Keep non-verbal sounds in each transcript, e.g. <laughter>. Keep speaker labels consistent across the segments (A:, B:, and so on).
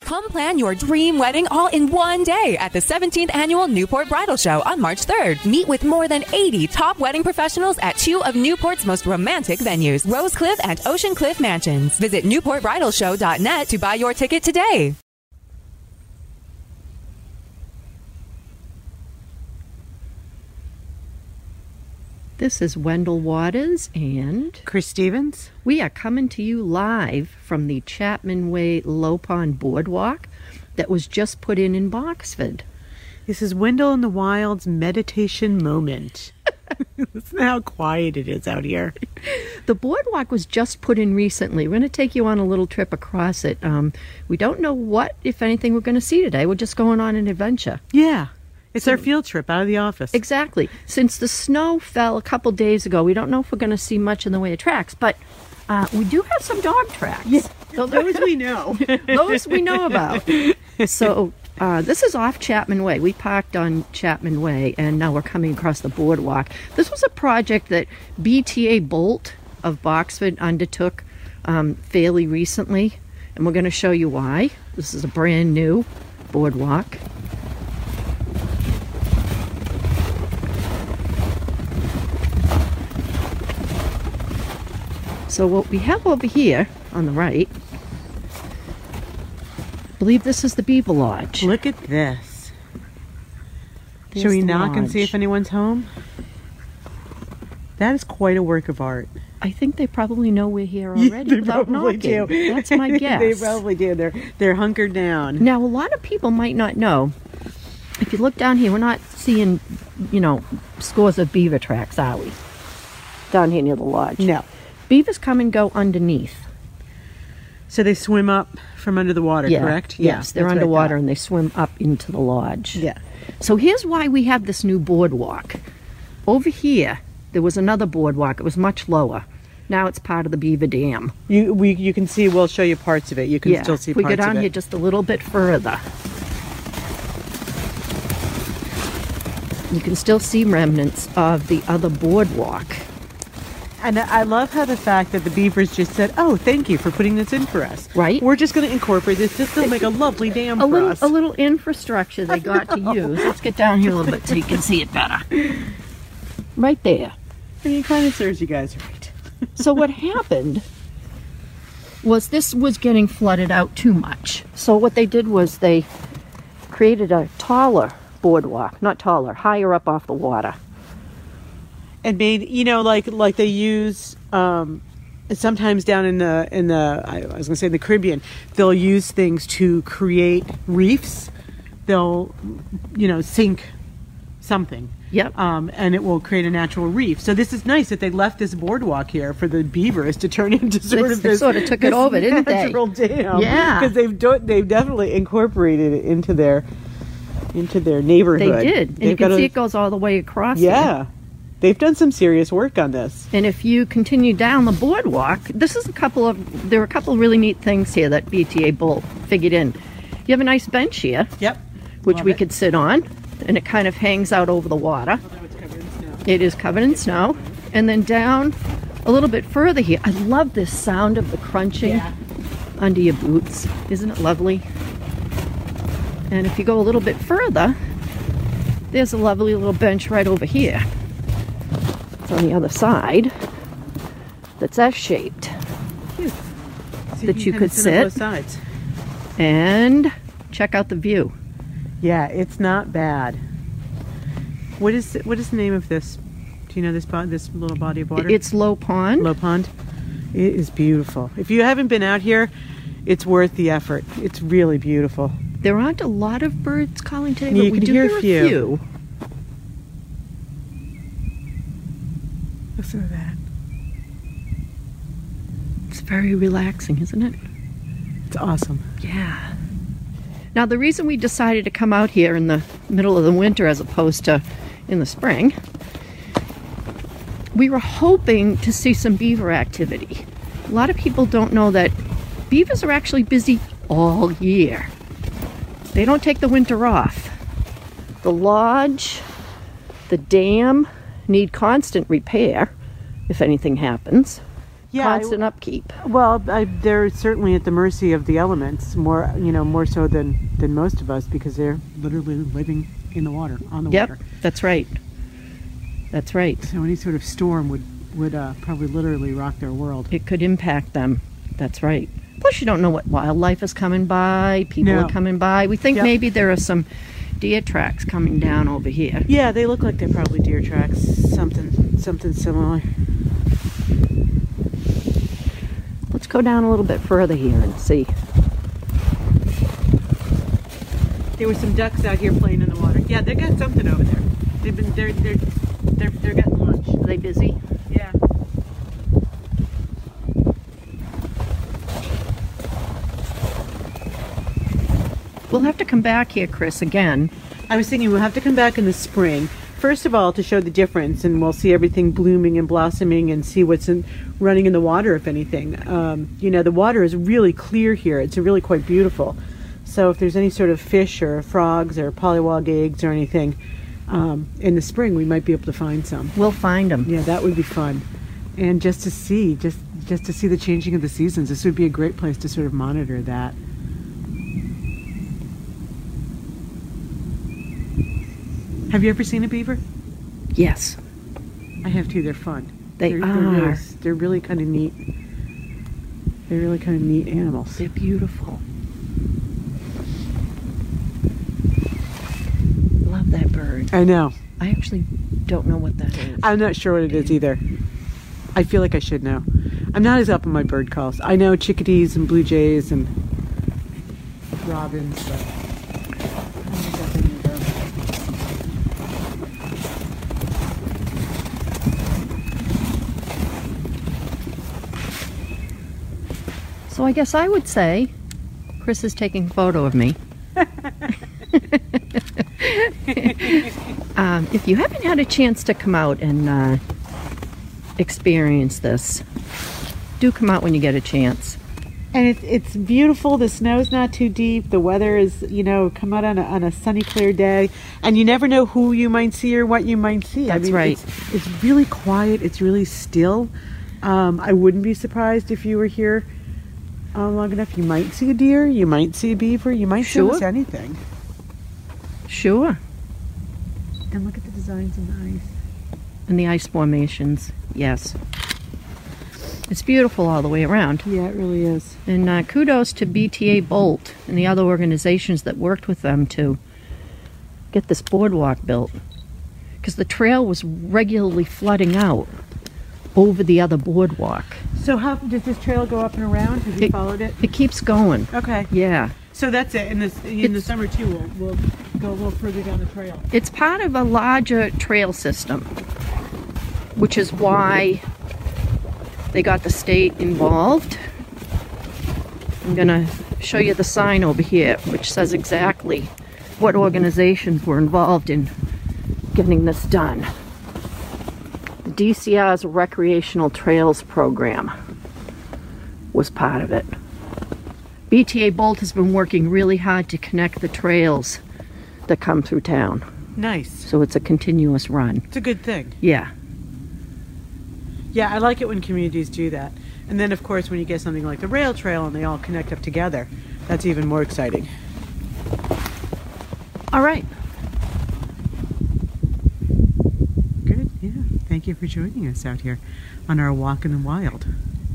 A: Come plan your dream wedding all in one day at the 17th annual Newport Bridal Show on March 3rd. Meet with more than 80 top wedding professionals at two of Newport's most romantic venues, Rose Cliff and Ocean Cliff Mansions. Visit newportbridalshow.net to buy your ticket today.
B: This is Wendell Waters, and
C: Chris Stevens.
B: we are coming to you live from the Chapman Way Low Pond Boardwalk that was just put in in Boxford.
C: This is Wendell in the Wild's meditation moment. <laughs> Listen how quiet it is out here.
B: The boardwalk was just put in recently. We're going to take you on a little trip across it. Um, we don't know what, if anything, we're going to see today. We're just going on an adventure.
C: Yeah. It's our field trip out of the office.
B: Exactly. Since the snow fell a couple days ago, we don't know if we're going to see much in the way of tracks, but uh, we do have some dog tracks. So
C: Those we know.
B: those we know about. So uh, this is off Chapman Way. We parked on Chapman Way, and now we're coming across the boardwalk. This was a project that BTA Bolt of Boxford undertook um, fairly recently, and we're going to show you why. This is a brand new boardwalk. So what we have over here on the right I believe this is the Beaver Lodge.
C: <laughs> Look at this.
B: There's
C: Shall we
B: the
C: knock and see
B: lodge.
C: if anyone's home? That is quite a work of art.
B: I think they probably know we're here already
C: <laughs> they
B: without
C: probably
B: knocking.
C: do.
B: That's my guess.
C: <laughs> they probably do. They're they're hunkered down.
B: Now, a lot of people might not know. If you look down here, we're not seeing, you know, scores of beaver tracks, are we? Down here near the lodge.
C: No.
B: Beavers come and go underneath.
C: So they swim up from under the water, correct? Yeah,
B: Yes, they're
C: that's what I thought.
B: underwater and they swim up into the lodge.
C: Yeah.
B: So here's why we have this new boardwalk. Over here, there was another boardwalk. It was much lower. Now it's part of the beaver dam.
C: You we you can see we'll show you parts of it. You can still see
B: if we
C: parts
B: go down
C: of it.
B: here just a little bit further you can still see remnants of the other boardwalk
C: And I I love how the fact that the beavers just said, "Oh, thank you for putting this in for us."
B: Right.
C: We're just going to incorporate this. This will make a lovely dam
B: a
C: for
B: little
C: us.
B: a little infrastructure they got <laughs> to use let's get down here a little bit so you can see it better right there
C: I mean, it kind of serves you guys right.
B: so what happened was this was getting flooded out too much so what they did was they created a taller boardwalk not taller higher up off the water
C: And made you know like like they use um, sometimes down in the in the I was going to say in the Caribbean they'll use things to create reefs. They'll you know sink something.
B: Yep.
C: Um, and it will create a natural reef. So this is nice that they left this boardwalk here for the beavers to turn <laughs> into sort
B: They-
C: of
B: they
C: this.
B: sorta took it
C: this
B: over, didn't they?
C: natural dam.
B: Yeah.
C: Because they've do- they've definitely incorporated it into their into their
B: They
C: neighborhood.
B: did. And you
C: They've
B: can
C: got
B: see
C: a-
B: it goes all the way across. there.
C: Yeah. They've done some serious work on this.
B: And if you continue down the boardwalk, this is a couple of, there are a couple of really neat things here that BTA Bull figured in. You have a nice bench here,
C: Yep.
B: which
C: Love
B: we
C: it. Oh,
B: could sit on, and it kind of hangs out over the water. It is covered in snow. And then down a little bit further here, I love this sound of the crunching under your boots. Isn't it lovely? And if you go a little bit further, there's a lovely little bench right over here. It's on the other side that's S shaped.
C: So
B: that
C: can
B: you
C: kinda
B: could
C: sit. on both
B: sit.
C: sides.
B: And check out the view.
C: Yeah, it's not bad. What is what is the name of this? Do you know this bo- this little body of water?
B: It's Low Pond.
C: Low Pond. It is beautiful. If you haven't been out here, it's worth the effort. It's really beautiful.
B: There aren't a lot of birds calling today,
C: You
B: but we
C: can
B: do
C: hear
B: hear,
C: a
B: a
C: few.
B: few.
C: Listen to that.
B: It's very relaxing, isn't it?
C: It's awesome.
B: Yeah. Now, the reason we decided to come out here in the middle of the winter as opposed to in the spring, we were hoping to see some beaver activity. A lot of people don't know that beavers are actually busy all year, they don't take the winter off. The lodge, the dam need constant repair if anything happens.
C: Yeah, I- Oh,
B: constant upkeep.
C: Well, I, they're certainly at the mercy of the elements more, you know, more so than than most of us because they're literally living in the water, on the
B: Yep,
C: water.
B: that's right. That's right.
C: So any sort of storm would would uh, probably literally rock their world.
B: It could impact them. That's right. Plus, you don't know what wildlife is coming by. People
C: No.
B: are coming by. We think
C: Yep.
B: maybe there are some deer tracks coming down over here.
C: Yeah, they look like they're probably deer tracks, something something similar.
B: Let's go down a little bit further here and see.
C: There were some ducks out here playing in the water. Yeah, they got something over there. They've been they're they're they're, they're getting lunch.
B: Are they busy?
C: Yeah.
B: We'll have to come back here, Chris, again.
C: I was thinking we'll have to come back in the spring. First of all, to show the difference, and we'll see everything blooming and blossoming, and see what's in, running in the water, if anything. Um, you know, the water is really clear here; it's really quite beautiful. So, if there's any sort of fish or frogs or polywog eggs or anything um, in the spring, we might be able to find some.
B: We'll find them.
C: Yeah, that would be fun, and just to see, just just to see the changing of the seasons. This would be a great place to sort of monitor that. Have you ever seen a beaver?
B: Yes.
C: I have too. They're fun.
B: They
C: they're, They're really,
B: are.
C: s- they're really kind of neat. They're really kind of neat animals.
B: They're beautiful. Love that bird.
C: I know.
B: I actually don't know what that is.
C: I'm not sure what it is either. I feel like I should know. I'm not as up on my bird calls. I know chickadees and blue jays and robins, but. I'm not up on the bird.
B: So I guess I would say Chris is taking a photo of me. um, if you haven't had a chance to come out and uh, experience this, do come out when you get a chance.
C: And it's it's beautiful. The snow's not too deep. The weather is, you know, come out on a, on a sunny, clear day. And you never know who you might see or what you might see. I
B: That's
C: mean,
B: right.
C: It's, it's really quiet. It's really still. Um, I wouldn't be surprised if you were here uh, long enough. You might see a deer. You might see a beaver. You might see almost
B: Sure.
C: anything.
B: Sure.
C: And look at the designs in the ice.
B: And the ice formations, yes. It's beautiful all the way around.
C: Yeah, it really is.
B: And uh, kudos to BTA Bolt and the other organizations that worked with them to get this boardwalk built. Because the trail was regularly flooding out over the other boardwalk.
C: So how does this trail go up and around? Have you
B: It-
C: followed it?
B: It keeps going.
C: Okay.
B: Yeah.
C: So that's it. In the, in the
B: It's-
C: summer, too, we'll, we'll go a little further down the trail.
B: It's part of a larger trail system, which is why they got the state involved. I'm going to show you the sign over here, which says exactly what organizations were involved in getting this done. The DCR's Recreational Trails Program was part of it. BTA Bolt has been working really hard to connect the trails that come through town.
C: Nice.
B: So it's a continuous run.
C: It's a good thing.
B: Yeah.
C: Yeah, I like it when communities do that. And then, of course, when you get something like the rail trail and they all connect up together, that's even more exciting.
B: All right.
C: Good. Yeah. Thank you for joining us out here on our walk in the wild.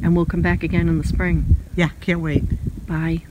B: And we'll come back again in the spring.
C: Yeah, can't wait.
B: Bye.